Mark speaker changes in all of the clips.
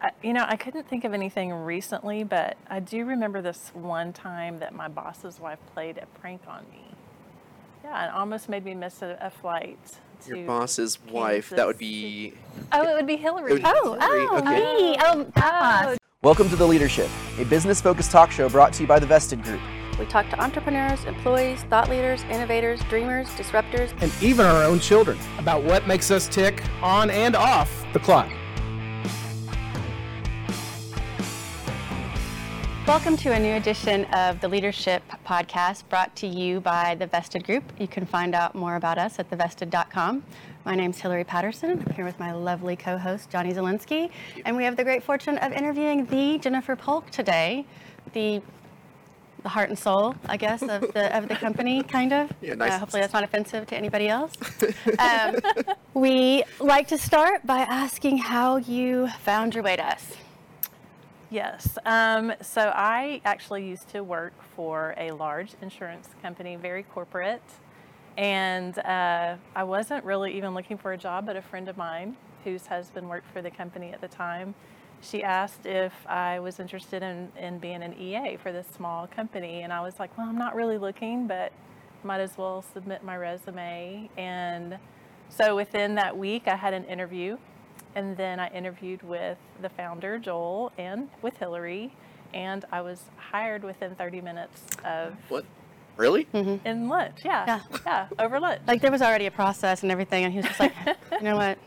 Speaker 1: I, you know, I couldn't think of anything recently, but I do remember this one time that my boss's wife played a prank on me. Yeah, it almost made me miss a, a flight. To
Speaker 2: Your boss's wife. That would
Speaker 1: Kansas City.
Speaker 2: be.
Speaker 1: Oh, it would be Hillary.
Speaker 2: would be
Speaker 1: oh,
Speaker 2: Hillary. Great,
Speaker 3: Oh,
Speaker 2: okay.
Speaker 3: me. Oh, that boss.
Speaker 2: Welcome to The Leadership, a business focused talk show brought to you by The Vested Group.
Speaker 4: We talk to entrepreneurs, employees, thought leaders, innovators, dreamers, disruptors.
Speaker 5: and even our own children about what makes us tick on and off the clock.
Speaker 3: Welcome to a new edition of the Leadership Podcast brought to you by the Vested Group. You can find out more about us at thevested.com. My name's Hillary Patterson. I'm here with my lovely co host, Johnny Zielinski. And we have the great fortune of interviewing the Jennifer Polk today, the the heart and soul, I guess, of the of the company, kind of.
Speaker 2: Yeah, nice.
Speaker 3: Uh, hopefully, that's not offensive to anybody else. Um, we like to start by asking how you found your way to us.
Speaker 1: Yes. Um, so I actually used to work for a large insurance company, very corporate. And uh, I wasn't really even looking for a job, but a friend of mine whose husband worked for the company at the time, she asked if I was interested in, in being an EA for this small company. And I was like, well, I'm not really looking, but might as well submit my resume. And so within that week, I had an interview and then I interviewed with the founder, Joel, and with Hillary, and I was hired within 30 minutes of
Speaker 2: What? Really?
Speaker 1: Mm-hmm. in lunch. Yeah, yeah,
Speaker 3: Yeah.
Speaker 1: over lunch.
Speaker 3: Like there was already a process and everything, and he was just like, you know what?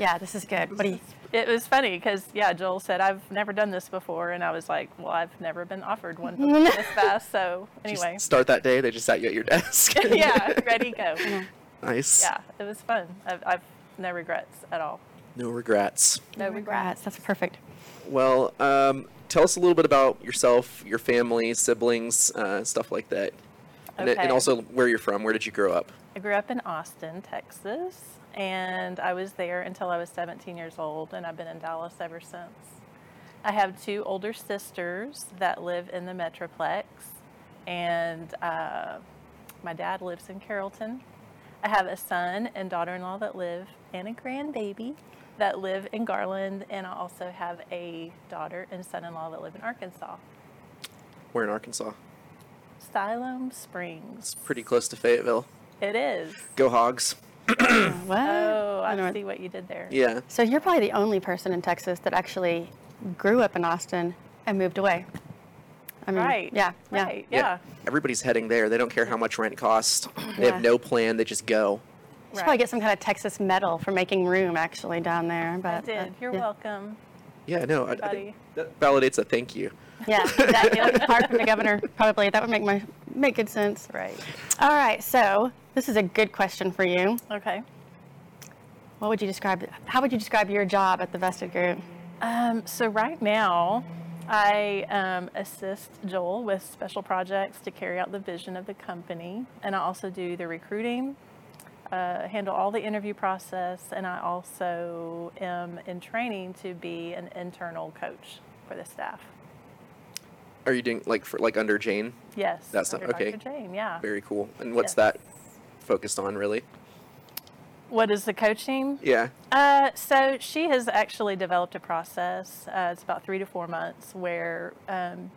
Speaker 3: Yeah, this is good. What do you?
Speaker 1: It was funny because yeah, Joel said I've never done this before, and I was like, well, I've never been offered one this fast. So
Speaker 2: Just
Speaker 1: anyway,
Speaker 2: start that day, they just sat you at your desk.
Speaker 1: yeah, ready go.
Speaker 2: Nice.
Speaker 1: Yeah, it was fun. I've, I've no regrets at all.
Speaker 2: No regrets.
Speaker 1: No regrets.
Speaker 3: That's perfect.
Speaker 2: Well, um, tell us a little bit about yourself, your family, siblings, uh, stuff like that. And,
Speaker 1: Okay.
Speaker 2: and also where you're from. Where did you grow up?
Speaker 1: I grew up in Austin, Texas, and I was there until I was 17 years old, and I've been in Dallas ever since. I have two older sisters that live in the Metroplex, and uh, my dad lives in Carrollton. I have a son and daughter in law that live, and a grandbaby that live in Garland, and I also have a daughter and son in law that live in Arkansas.
Speaker 2: We're in Arkansas.
Speaker 1: Siloam Springs.
Speaker 2: It's pretty close to Fayetteville.
Speaker 1: It is.
Speaker 2: Go Hogs.
Speaker 3: What?
Speaker 1: Oh,
Speaker 3: I
Speaker 1: I
Speaker 3: don't-
Speaker 1: see what you did there.
Speaker 2: Yeah.
Speaker 3: So you're probably the only person in Texas that actually grew up in Austin and moved away. I mean,
Speaker 1: Right.
Speaker 3: Mm. Yeah. Yeah.
Speaker 1: Right. Yeah.
Speaker 2: Everybody's heading there. They don't care how much rent costs. They
Speaker 3: Yeah.
Speaker 2: have no plan. They just go.
Speaker 3: You should probably
Speaker 1: Right.
Speaker 3: get some kind of Texas medal for making room actually down there. But
Speaker 1: I did. You're
Speaker 3: Uh, yeah.
Speaker 1: welcome.
Speaker 2: Yeah, no, I, I
Speaker 1: Buddy.
Speaker 2: think that validates a thank you.
Speaker 3: Yeah, exactly. Like a card from the governor, probably. That would make my make good sense.
Speaker 1: Right.
Speaker 3: All right. So this is a good question for you.
Speaker 1: Okay.
Speaker 3: What would you describe? How would you describe your job at the Vested Group?
Speaker 1: Um, so right now, I um, assist Joel with special projects to carry out the vision of the company, and I also do the recruiting, uh, handle all the interview process, and I also am in training to be an internal coach for the staff.
Speaker 2: Are you doing like for like under Jane?
Speaker 1: Yes.
Speaker 2: That's not-
Speaker 1: under
Speaker 2: okay.
Speaker 1: Dr. Jane, yeah.
Speaker 2: Very cool. And what's
Speaker 1: Yes.
Speaker 2: that focused on really?
Speaker 1: What is the coaching?
Speaker 2: Yeah.
Speaker 1: Uh, so she has actually developed a process. Uh, it's about three to four months where um,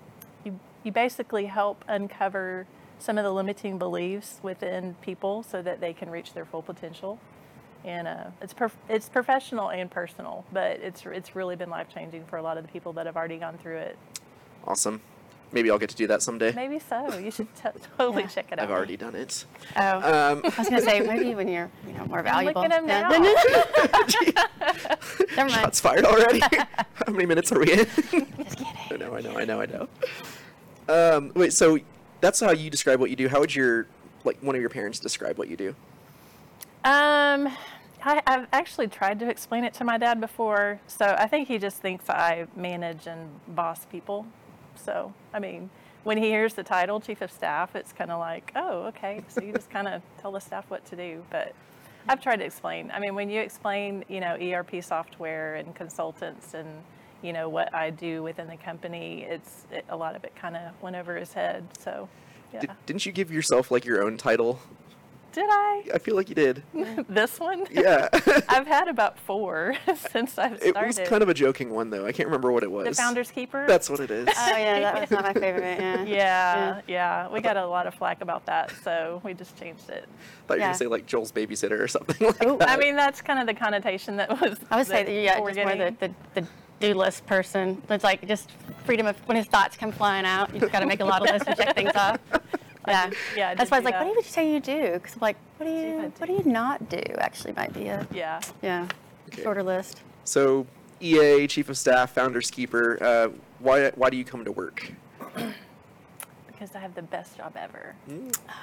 Speaker 1: you you basically help uncover some of the limiting beliefs within people so that they can reach their full potential. And uh, it's prof- it's professional and personal, but it's it's really been life changing for a lot of the people that have already gone through it.
Speaker 2: Awesome. Maybe I'll get to do that someday.
Speaker 1: Maybe so. You should t- totally
Speaker 3: Yeah.
Speaker 1: check it out.
Speaker 2: I've already done it.
Speaker 3: Oh,
Speaker 2: Um,
Speaker 3: I was gonna say maybe when you're you know more
Speaker 1: Look
Speaker 3: valuable.
Speaker 1: at him
Speaker 3: Yeah.
Speaker 1: now.
Speaker 3: Never mind.
Speaker 2: shots fired already. how many minutes are we in?
Speaker 3: Just
Speaker 2: I
Speaker 3: kidding.
Speaker 2: know, I know, I know, I know. Um, wait, so that's how you describe what you do. How would your like one of your parents describe what you do?
Speaker 1: Um, I, I've actually tried to explain it to my dad before, so I think he just thinks I manage and boss people. So, I mean, when he hears the title chief of staff, it's kind of like, oh, okay. So you just kind of tell the staff what to do. But I've tried to explain. I mean, when you explain, you know, ERP software and consultants and you know what I do within the company, it's it, a lot of it kind of went over his head. So, yeah.
Speaker 2: Did, didn't you give yourself like your own title
Speaker 1: Did I?
Speaker 2: I feel like you did.
Speaker 1: This one?
Speaker 2: Yeah.
Speaker 1: I've had about four since I've
Speaker 2: it
Speaker 1: started.
Speaker 2: was kind of a joking one though. I can't remember what it was.
Speaker 1: the Founder's Uh, Keeper.
Speaker 2: That's what it is.
Speaker 3: Oh yeah, that was not my favorite. Uh-huh. Yeah.
Speaker 1: yeah, yeah. We got a lot of flack about that, so we just changed it.
Speaker 2: thought you were
Speaker 3: yeah.
Speaker 2: gonna say like Joel's babysitter or something like that.
Speaker 1: I mean, that's kind of the connotation that was.
Speaker 3: Oh. I would say that, yeah,
Speaker 1: we're
Speaker 3: just more the,
Speaker 1: getting.
Speaker 3: the, the do list person. It's like just freedom of when his thoughts come flying out. You just got to make a lot of lists and check things off. Yeah.
Speaker 1: yeah, I
Speaker 3: That's
Speaker 1: did
Speaker 3: why I
Speaker 1: do
Speaker 3: was like,
Speaker 1: that.
Speaker 3: what would you say you do? Because I'm like, what do you
Speaker 1: I
Speaker 3: what do you not do? Actually, might be a
Speaker 1: Yeah.
Speaker 3: yeah
Speaker 2: Okay.
Speaker 3: shorter list.
Speaker 2: So, EA, chief of staff, founder's keeper. Uh, why why do you come to work?
Speaker 1: Because I have the best job ever.
Speaker 2: Mm.
Speaker 1: Oh.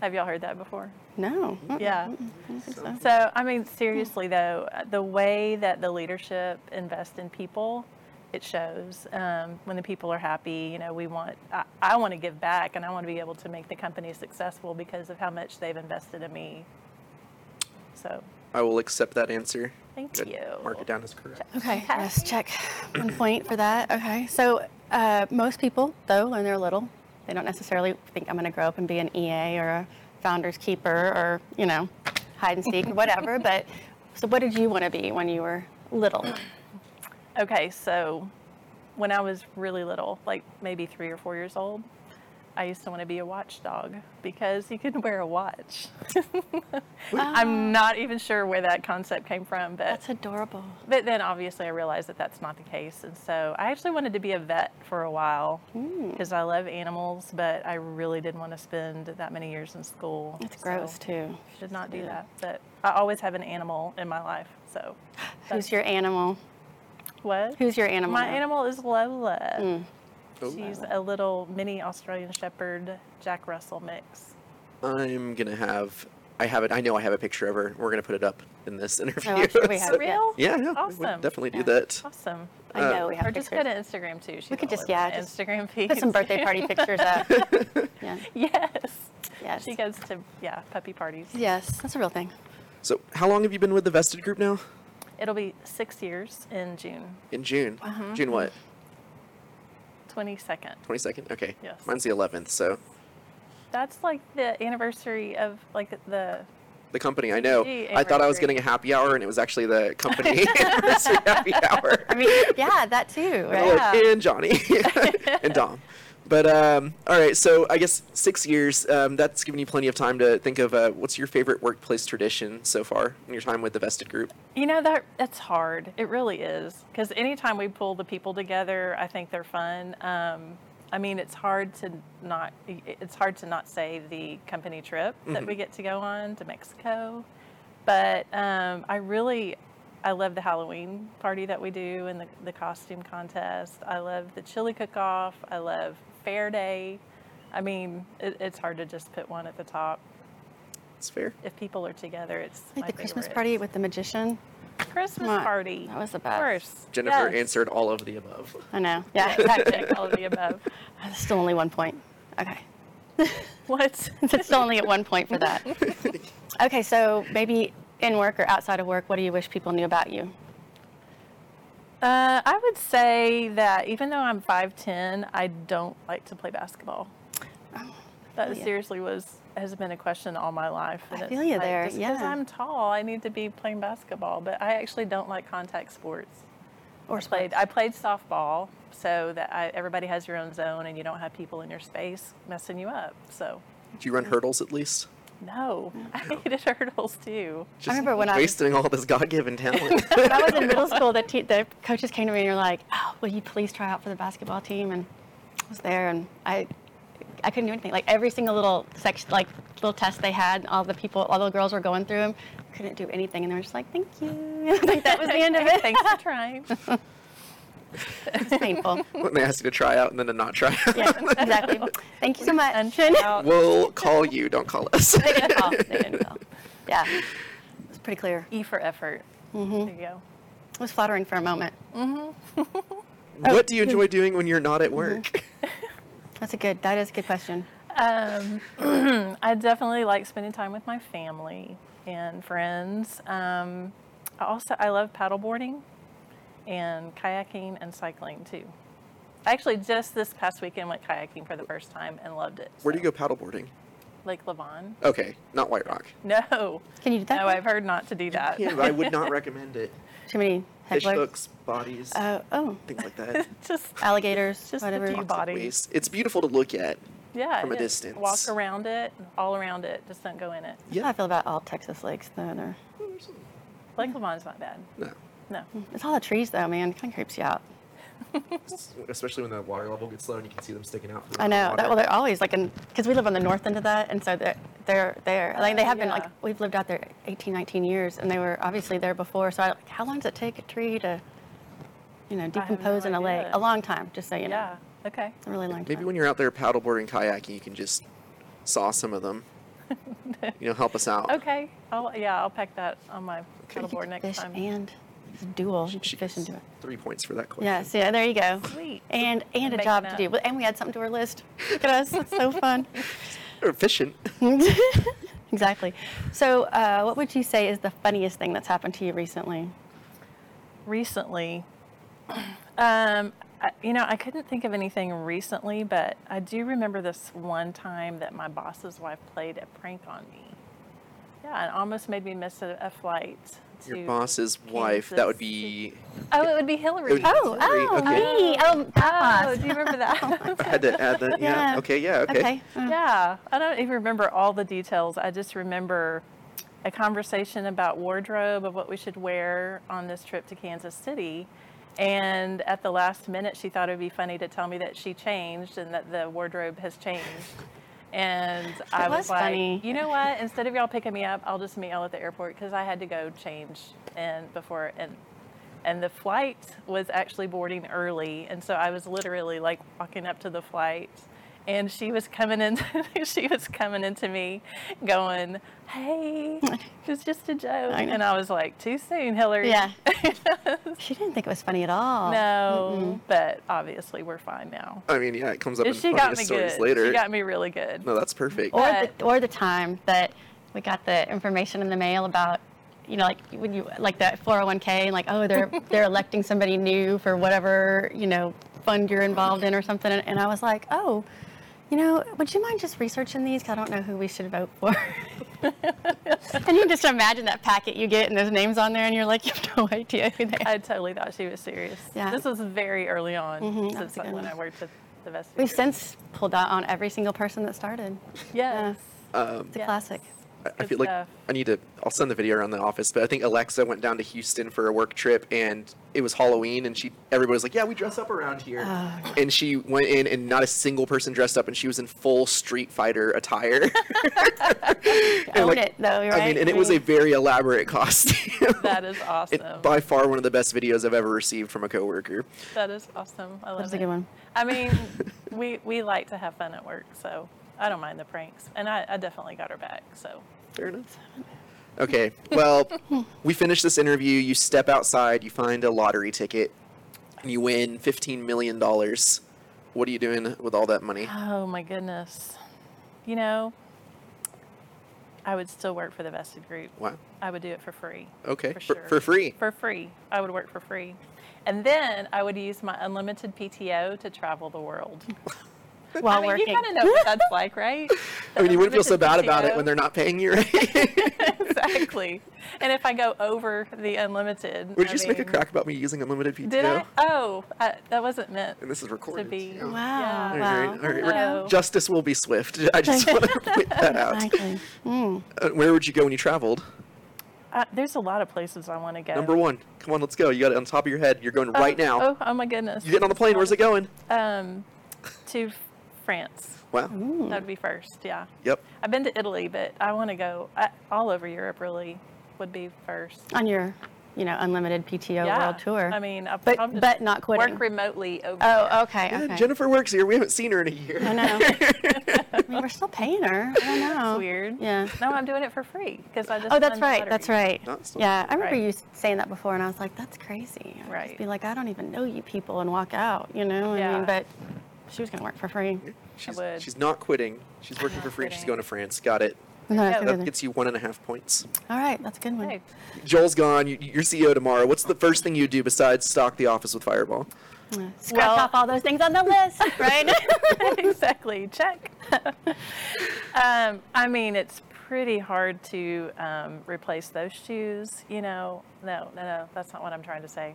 Speaker 1: Have y'all heard that before?
Speaker 3: No.
Speaker 1: Yeah.
Speaker 3: so.
Speaker 1: So, I mean, seriously though, uh, the way that the leadership invests in people, it shows. Um, when the people are happy, you know, we want, I, I want to give back and I want to be able to make the company successful because of how much they've invested in me. So,
Speaker 2: I will accept that answer.
Speaker 1: Thank
Speaker 2: Good.
Speaker 1: you.
Speaker 2: Mark it down as correct.
Speaker 3: Okay. Yes. Check one point for that. Okay. So uh, most people though, when they're little, they don't necessarily think I'm going to grow up and be an EA or a founder's keeper or you know hide and seek whatever. But so what did you want to be when you were little?
Speaker 1: Okay, so when I was really little, like maybe three or four years old, I used to want to be a watchdog because you could wear a watch. I'm not even sure where that concept came from, but
Speaker 3: That's adorable.
Speaker 1: but then obviously I realized that that's not the case, and so I actually wanted to be a vet for a while
Speaker 3: Hmm.
Speaker 1: because I love animals, but I really didn't want to spend that many years in school.
Speaker 3: That's
Speaker 1: so
Speaker 3: gross too.
Speaker 1: Should not do that, but I always have an animal in my life, so.
Speaker 3: Who's your animal?
Speaker 1: What?
Speaker 3: Who's your animal? Hmm.
Speaker 1: My animal is Lola.
Speaker 2: Oh.
Speaker 1: She's a little mini Australian Shepherd Jack Russell mix.
Speaker 2: I'm gonna have. I have it. I know I have a picture of her. We're gonna put it up in this
Speaker 1: Oh,
Speaker 2: interview.
Speaker 3: I'm sure we have
Speaker 2: So-
Speaker 3: it.
Speaker 1: Real?
Speaker 2: Yeah, yeah, we would
Speaker 1: Awesome.
Speaker 2: definitely do
Speaker 3: Yeah.
Speaker 2: that.
Speaker 1: Awesome.
Speaker 3: I know we have
Speaker 1: or
Speaker 3: pictures.
Speaker 1: just go to Instagram too. She's
Speaker 3: we could
Speaker 1: all
Speaker 3: just
Speaker 1: over
Speaker 3: yeah,
Speaker 1: the
Speaker 3: just
Speaker 1: Instagram feed.
Speaker 3: put some birthday party pictures up. yeah.
Speaker 1: yes.
Speaker 3: Yes.
Speaker 1: She goes to yeah puppy parties.
Speaker 3: Yes, that's a real thing.
Speaker 2: So, how long have you been with the vested group now?
Speaker 1: It'll be six years in June
Speaker 2: In June.
Speaker 1: Uh-huh.
Speaker 2: June what?
Speaker 1: 22nd.
Speaker 2: 22nd. Okay.
Speaker 1: Yes.
Speaker 2: Mine's the 11th. So,
Speaker 1: That's like the anniversary of like the
Speaker 2: the company I know.
Speaker 1: Gee,
Speaker 2: I thought I was
Speaker 1: anniversary.
Speaker 2: getting a happy hour, and it was actually the company anniversary happy hour.
Speaker 3: I mean, yeah, that too,
Speaker 2: And I'm
Speaker 3: right?
Speaker 2: like,
Speaker 1: Yeah.
Speaker 2: and Johnny and Dom. But um, all right, so I guess six years. Um, that's given you plenty of time to think of uh, what's your favorite workplace tradition so far in your time with the vested group.
Speaker 1: You know that that's hard. It really is because anytime we pull the people together, I think they're fun. Um, I mean, it's hard to not it's hard to not say the company trip
Speaker 3: Mm-hmm.
Speaker 1: that we get to go on to Mexico, but um, I really I love the Halloween party that we do and the, the costume contest. I love the chili cook off. I love Fair Day. I mean, it, it's hard to just put one at the top.
Speaker 2: It's fair.
Speaker 1: If people are together, it's
Speaker 3: Like
Speaker 1: my
Speaker 3: the Christmas
Speaker 1: favorite.
Speaker 3: party with the magician.
Speaker 1: Christmas
Speaker 3: Come on.
Speaker 1: party.
Speaker 3: That was the
Speaker 1: Of
Speaker 3: best.
Speaker 1: course.
Speaker 2: Jennifer
Speaker 1: Yes.
Speaker 2: answered all of the above.
Speaker 3: I know. Yeah, exactly.
Speaker 1: Check all of the above.
Speaker 3: That's still only one point. Okay.
Speaker 1: What?
Speaker 3: It's still only at one point for that. Okay, so maybe in work or outside of work, what do you wish people knew about you?
Speaker 1: Uh, I would say that even though I'm 5'10, I don't like to play basketball. That
Speaker 3: ya.
Speaker 1: seriously was has been a question all my life. and
Speaker 3: I
Speaker 1: it's
Speaker 3: feel ya
Speaker 1: like,
Speaker 3: there,
Speaker 1: Just because
Speaker 3: yeah.
Speaker 1: I'm tall, I need to be playing basketball, but I actually don't like contact sports.
Speaker 3: Or
Speaker 1: Played, I played softball, so that I, everybody has your own zone and you don't have people in your space messing you up. So,
Speaker 2: Do you run hurdles at least?
Speaker 1: no, I hated hurdles too.
Speaker 2: Just
Speaker 3: remember when I was-
Speaker 2: wasting all this God-given talent.
Speaker 3: When I was in middle school, the, te- the coaches came to me and were like, oh, will you please try out for the basketball team? And I was there and I, I couldn't do anything. Like every single little section, like little test they had, all the people, all the girls were going through them, couldn't do anything. And they were just like, thank you. I think that was the end of it.
Speaker 1: Thanks for trying.
Speaker 3: It's painful.
Speaker 2: when they ask you to try out and then to not try out.
Speaker 3: Yeah, exactly. Thank you so much.
Speaker 1: And out.
Speaker 2: We'll call you. Don't call us.
Speaker 3: They didn't call. They didn't call. Yeah. It was pretty clear.
Speaker 1: E for effort.
Speaker 3: Mm-hmm.
Speaker 1: There you go.
Speaker 3: It was flattering for a moment.
Speaker 2: what do you enjoy doing when you're not at work?
Speaker 3: Mm-hmm. That's a good, that is a good question.
Speaker 1: Um, I definitely like spending time with my family and friends. Um, I also I love paddleboarding and kayaking and cycling too. I actually just this past weekend went kayaking for the first time and loved it.
Speaker 2: Where do
Speaker 1: so.
Speaker 2: you go paddleboarding?
Speaker 1: Lake Levon.
Speaker 2: Okay, not White Rock.
Speaker 1: No.
Speaker 6: Can you do that?
Speaker 1: No, I've heard not to do that.
Speaker 2: Yeah, I would not recommend it.
Speaker 6: Too many
Speaker 2: Fish
Speaker 6: hecklers.
Speaker 2: hooks, bodies,
Speaker 3: Uh,
Speaker 6: Oh, oh,
Speaker 2: things like that.
Speaker 1: Just
Speaker 6: alligators,
Speaker 1: Just the
Speaker 6: whatever.
Speaker 1: few bo- Bodies.
Speaker 2: Waste. It's beautiful to look at.
Speaker 1: yeah,
Speaker 2: From a
Speaker 1: just
Speaker 2: distance.
Speaker 1: Walk around it, all around it. Just don't go in it.
Speaker 6: That's how I feel about all Texas lakes, though. They're,
Speaker 1: Lake Levon's not bad.
Speaker 2: No.
Speaker 1: No.
Speaker 6: it's all the trees, though, man. Kind of creeps you out.
Speaker 2: Especially when the water level gets low and you can see them sticking out. From
Speaker 6: I know. That, well, they're always like, because we live on the north end of that, and so they're they're there. Like they have been like
Speaker 1: yeah.
Speaker 6: we've lived out there 18, 19 years, and they were obviously there before. So, I, like, how long does it take a tree to, you know,
Speaker 1: no
Speaker 6: decompose in a lake?
Speaker 1: idea.
Speaker 6: A long time, just so you know.
Speaker 1: Yeah. Okay.
Speaker 6: A really long
Speaker 2: Maybe
Speaker 6: time.
Speaker 2: when you're out there paddleboarding, kayaking, you can just saw some of them. you know, help us out.
Speaker 1: Okay. I'll, yeah, I'll pack that on my
Speaker 2: Okay.
Speaker 1: paddleboard
Speaker 6: you could
Speaker 1: next
Speaker 6: fish
Speaker 1: time.
Speaker 6: and it's a dual. You
Speaker 2: She
Speaker 6: could fish and
Speaker 2: gets
Speaker 6: do it.
Speaker 2: Three points for that question.
Speaker 6: Yeah, so yeah, there you go.
Speaker 1: Sweet.
Speaker 6: And and a
Speaker 1: Making
Speaker 6: job to
Speaker 1: up.
Speaker 6: do. Well, And we add something to our list. Look at us. It's so fun.
Speaker 2: Or efficient.
Speaker 6: exactly. So, uh, what would you say is the funniest thing that's happened to you recently?
Speaker 1: recently. Um, I, you know, I couldn't think of anything recently, but I do remember this one time that my boss's wife played a prank on me. Yeah, and almost made me miss a, a flight. To
Speaker 2: Your boss's wife. That would
Speaker 1: Kansas
Speaker 2: be.
Speaker 1: Oh, it would be Hillary.
Speaker 2: would be Oh, Hillary, oh, okay.
Speaker 6: me. Oh,
Speaker 1: Oh, do you remember that?
Speaker 2: I had to add that. Yeah.
Speaker 6: Yeah.
Speaker 2: Okay. Yeah. Okay.
Speaker 6: Okay. Uh,
Speaker 1: yeah, I don't even remember all the details. I just remember a conversation about wardrobe of what we should wear on this trip to Kansas City. And at the last minute, she thought it would be funny to tell me that she changed and that the wardrobe has changed. And I was,
Speaker 6: was
Speaker 1: like,
Speaker 6: funny.
Speaker 1: you know what? Instead of y'all picking me up, I'll just meet y'all at the airport because I had to go change and before and and the flight was actually boarding early and so i was literally like walking up to the flight and she was coming in she was coming into me going hey it was just a joke
Speaker 6: I know.
Speaker 1: and i was like too soon hillary
Speaker 6: Yeah. she didn't think it was funny at all.
Speaker 1: no but obviously we're fine now
Speaker 2: I mean, yeah, it comes up in
Speaker 1: she got
Speaker 2: funniest
Speaker 1: me
Speaker 2: stories
Speaker 1: good
Speaker 2: later.
Speaker 1: she got me really good
Speaker 2: no, that's perfect.
Speaker 6: Or
Speaker 1: But-
Speaker 6: the, or the time that we got the information in the mail about, you know, like when you like that 401k and like oh they're they're electing somebody new for whatever you know fund you're involved in or something, and, and I was like oh. You know, would you mind just researching these? 'Cause I don't know who we should vote for. and you just imagine that packet you get and those names on there, and you're like, you have no idea who they are.
Speaker 1: i totally thought she was serious
Speaker 6: Yeah. Mm-hmm.
Speaker 1: this was very early on since
Speaker 6: that's a good
Speaker 1: when
Speaker 6: one.
Speaker 1: i worked at the vest
Speaker 6: We've since pulled out on every single person that started.
Speaker 1: yes
Speaker 2: Um,
Speaker 6: It's a
Speaker 1: Yes.
Speaker 6: classic.
Speaker 2: I- I
Speaker 1: Good
Speaker 2: feel like
Speaker 1: stuff.
Speaker 6: uh,
Speaker 2: I need to. I'll send the video around the office, but I think Alexa went down to Houston for a work trip, and it was Halloween, and she everybody was like, "Yeah, we dress up around here,"
Speaker 6: Uh,
Speaker 2: and she went in, and not a single person dressed up, and she was in full Street Fighter attire. And,
Speaker 6: Own
Speaker 2: like,
Speaker 6: it though, right?
Speaker 2: I mean, and it was a very elaborate costume.
Speaker 1: that is awesome
Speaker 2: It, by far one of the best videos I've ever received from a coworker.
Speaker 1: That is awesome. I love
Speaker 6: was a
Speaker 1: it.
Speaker 6: good one.
Speaker 1: I mean, we we like to have fun at work, so I don't mind the pranks, and I, I definitely got her back. So
Speaker 2: Fair enough. Okay, well, we finish this interview. You step outside, you find a lottery ticket, and you win $15 million. What are you doing with all that money?
Speaker 1: oh my goodness, you know, I would still work for the vested group.
Speaker 2: Wow.
Speaker 1: I would do it for free.
Speaker 2: Okay,
Speaker 1: for,
Speaker 2: for-
Speaker 1: sure.
Speaker 2: for free?
Speaker 1: For free, I would work for free, and then I would use my unlimited PTO to travel the world.
Speaker 6: while
Speaker 1: I mean,
Speaker 6: working.
Speaker 1: you kind of know what that's like, right?
Speaker 2: I mean, you wouldn't feel so bad about it
Speaker 1: they're.
Speaker 2: when they're not paying you, right?
Speaker 1: exactly. And if I go over the unlimited,
Speaker 2: Would
Speaker 1: I
Speaker 2: you just make a
Speaker 1: mean-
Speaker 2: crack about me using unlimited PTO?
Speaker 1: Did I? Oh, I, that wasn't meant.
Speaker 2: And this is recorded.
Speaker 1: be-
Speaker 2: too.
Speaker 6: Wow.
Speaker 2: All
Speaker 1: Yeah.
Speaker 2: right,
Speaker 6: wow.
Speaker 2: all right, we're-
Speaker 1: Wow.
Speaker 2: Justice will be swift. I just want to point that out.
Speaker 6: Exactly. Mm.
Speaker 2: Uh, where would you go when you traveled?
Speaker 1: Uh, there's a lot of places I want to go.
Speaker 2: Number one. Come on, let's go. You got it on top of your head. You're going
Speaker 1: Oh,
Speaker 2: right now.
Speaker 1: Oh, oh my goodness.
Speaker 2: You getting on the plane? Where's it going?
Speaker 1: Um, to F- France.
Speaker 2: Wow.
Speaker 6: Mm.
Speaker 1: That would be first. Yeah.
Speaker 2: Yep.
Speaker 1: I've been to Italy, but I want to go I, all over Europe. Really, would be first.
Speaker 6: On your, you know, unlimited PTO
Speaker 1: yeah.
Speaker 6: world tour.
Speaker 1: I mean, I
Speaker 6: but
Speaker 1: probably
Speaker 6: but not quitting.
Speaker 1: work remotely over.
Speaker 6: oh, okay,
Speaker 2: Yeah,
Speaker 6: okay.
Speaker 2: Jennifer works here. We haven't seen her in a year.
Speaker 6: I know. I mean, we're still paying her. I don't know.
Speaker 1: It's weird.
Speaker 6: oh. Yeah.
Speaker 1: No, I'm doing it for free because I just.
Speaker 6: Oh,
Speaker 1: won
Speaker 6: that's
Speaker 1: the
Speaker 6: right. That's
Speaker 1: lottery.
Speaker 6: right.
Speaker 2: No, it's not-
Speaker 6: Yeah, I remember
Speaker 1: Right.
Speaker 6: you saying that before, and I was like, "That's crazy." I'd Just
Speaker 1: Right.
Speaker 6: be like, "I don't even know you people," and walk out. You know. I
Speaker 1: Yeah.
Speaker 6: mean, but she was gonna work for free.
Speaker 2: She's,
Speaker 1: would.
Speaker 2: she's not quitting. She's working for free. and She's
Speaker 1: quitting.
Speaker 2: going to France. Got it.
Speaker 6: No, that's
Speaker 1: Yeah.
Speaker 6: gonna
Speaker 2: That
Speaker 6: be the-
Speaker 2: gets you one and a half points.
Speaker 6: All right, that's a good one.
Speaker 1: Okay.
Speaker 2: Joel's gone. You, you're CEO tomorrow. What's the first thing you do besides stock the office with Fireball?
Speaker 6: Scratch
Speaker 1: Well-
Speaker 6: off all those things on the list, right?
Speaker 1: exactly. Check. Um, I mean, it's pretty hard to um, replace those shoes. You know, no, no, no. That's not what I'm trying to say.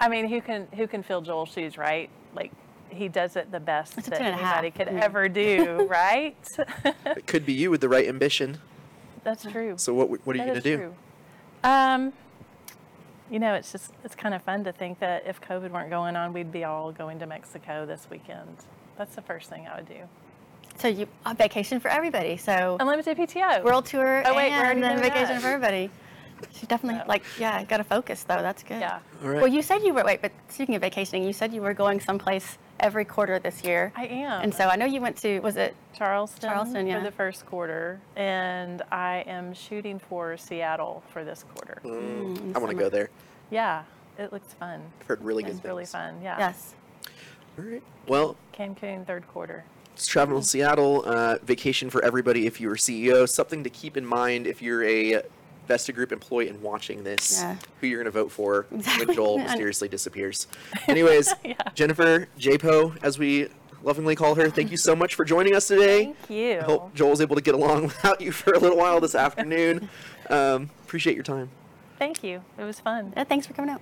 Speaker 1: I mean, who can who can fill Joel's shoes, right? like. He does it the best
Speaker 6: a
Speaker 1: that
Speaker 6: two and a half.
Speaker 1: anybody could ever do, right?
Speaker 2: It could be you with the right ambition.
Speaker 1: That's true.
Speaker 2: So what what are you
Speaker 1: That
Speaker 2: going to
Speaker 1: is
Speaker 2: do?
Speaker 1: true. Um, you know, it's just it's kind of fun to think that if COVID weren't going on, we'd be all going to Mexico this weekend. That's the first thing I would do.
Speaker 6: So you a vacation for everybody. So
Speaker 1: Unlimited PTO.
Speaker 6: world tour
Speaker 1: Oh, wait, we're
Speaker 6: and
Speaker 1: already
Speaker 6: then
Speaker 1: doing
Speaker 6: vacation
Speaker 1: that.
Speaker 6: for everybody. She definitely like yeah, got to focus though. That's good.
Speaker 1: Yeah.
Speaker 2: All right.
Speaker 6: Well, you said you were wait, but speaking of vacationing, you said you were going someplace every quarter this year.
Speaker 1: I am.
Speaker 6: And so I know you went to was it
Speaker 1: Charleston,
Speaker 6: Charleston, yeah.
Speaker 1: for the first quarter, and I am shooting for Seattle for this quarter.
Speaker 2: Mm, I want to go there.
Speaker 1: Yeah, it looks fun.
Speaker 2: I've heard really good
Speaker 1: It's
Speaker 2: things.
Speaker 1: really fun. Yeah.
Speaker 6: yes.
Speaker 2: All right. Well,
Speaker 1: Cancun third quarter.
Speaker 2: it's travel in Seattle. Uh, vacation for everybody if you're a CEO. E Something to keep in mind if you're a Vesta Group employee and watching this,
Speaker 6: Yeah.
Speaker 2: who you're going to vote for
Speaker 6: Exactly.
Speaker 2: when Joel
Speaker 6: And-
Speaker 2: mysteriously disappears. Anyways, Jennifer JPO, as we lovingly call her, thank you so much for joining us today.
Speaker 1: Thank you.
Speaker 2: I hope Joel's able to get along without you for a little while this afternoon. Um, appreciate your time.
Speaker 1: Thank you. It was fun.
Speaker 6: Uh, Thanks for coming out.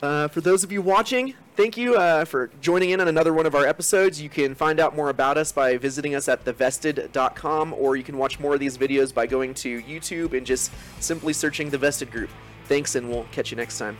Speaker 2: Uh, for those of you watching, thank you uh, for joining in on another one of our episodes. You can find out more about us by visiting us at thevested.com, or you can watch more of these videos by going to YouTube and just simply searching The Vested Group. Thanks, and we'll catch you next time.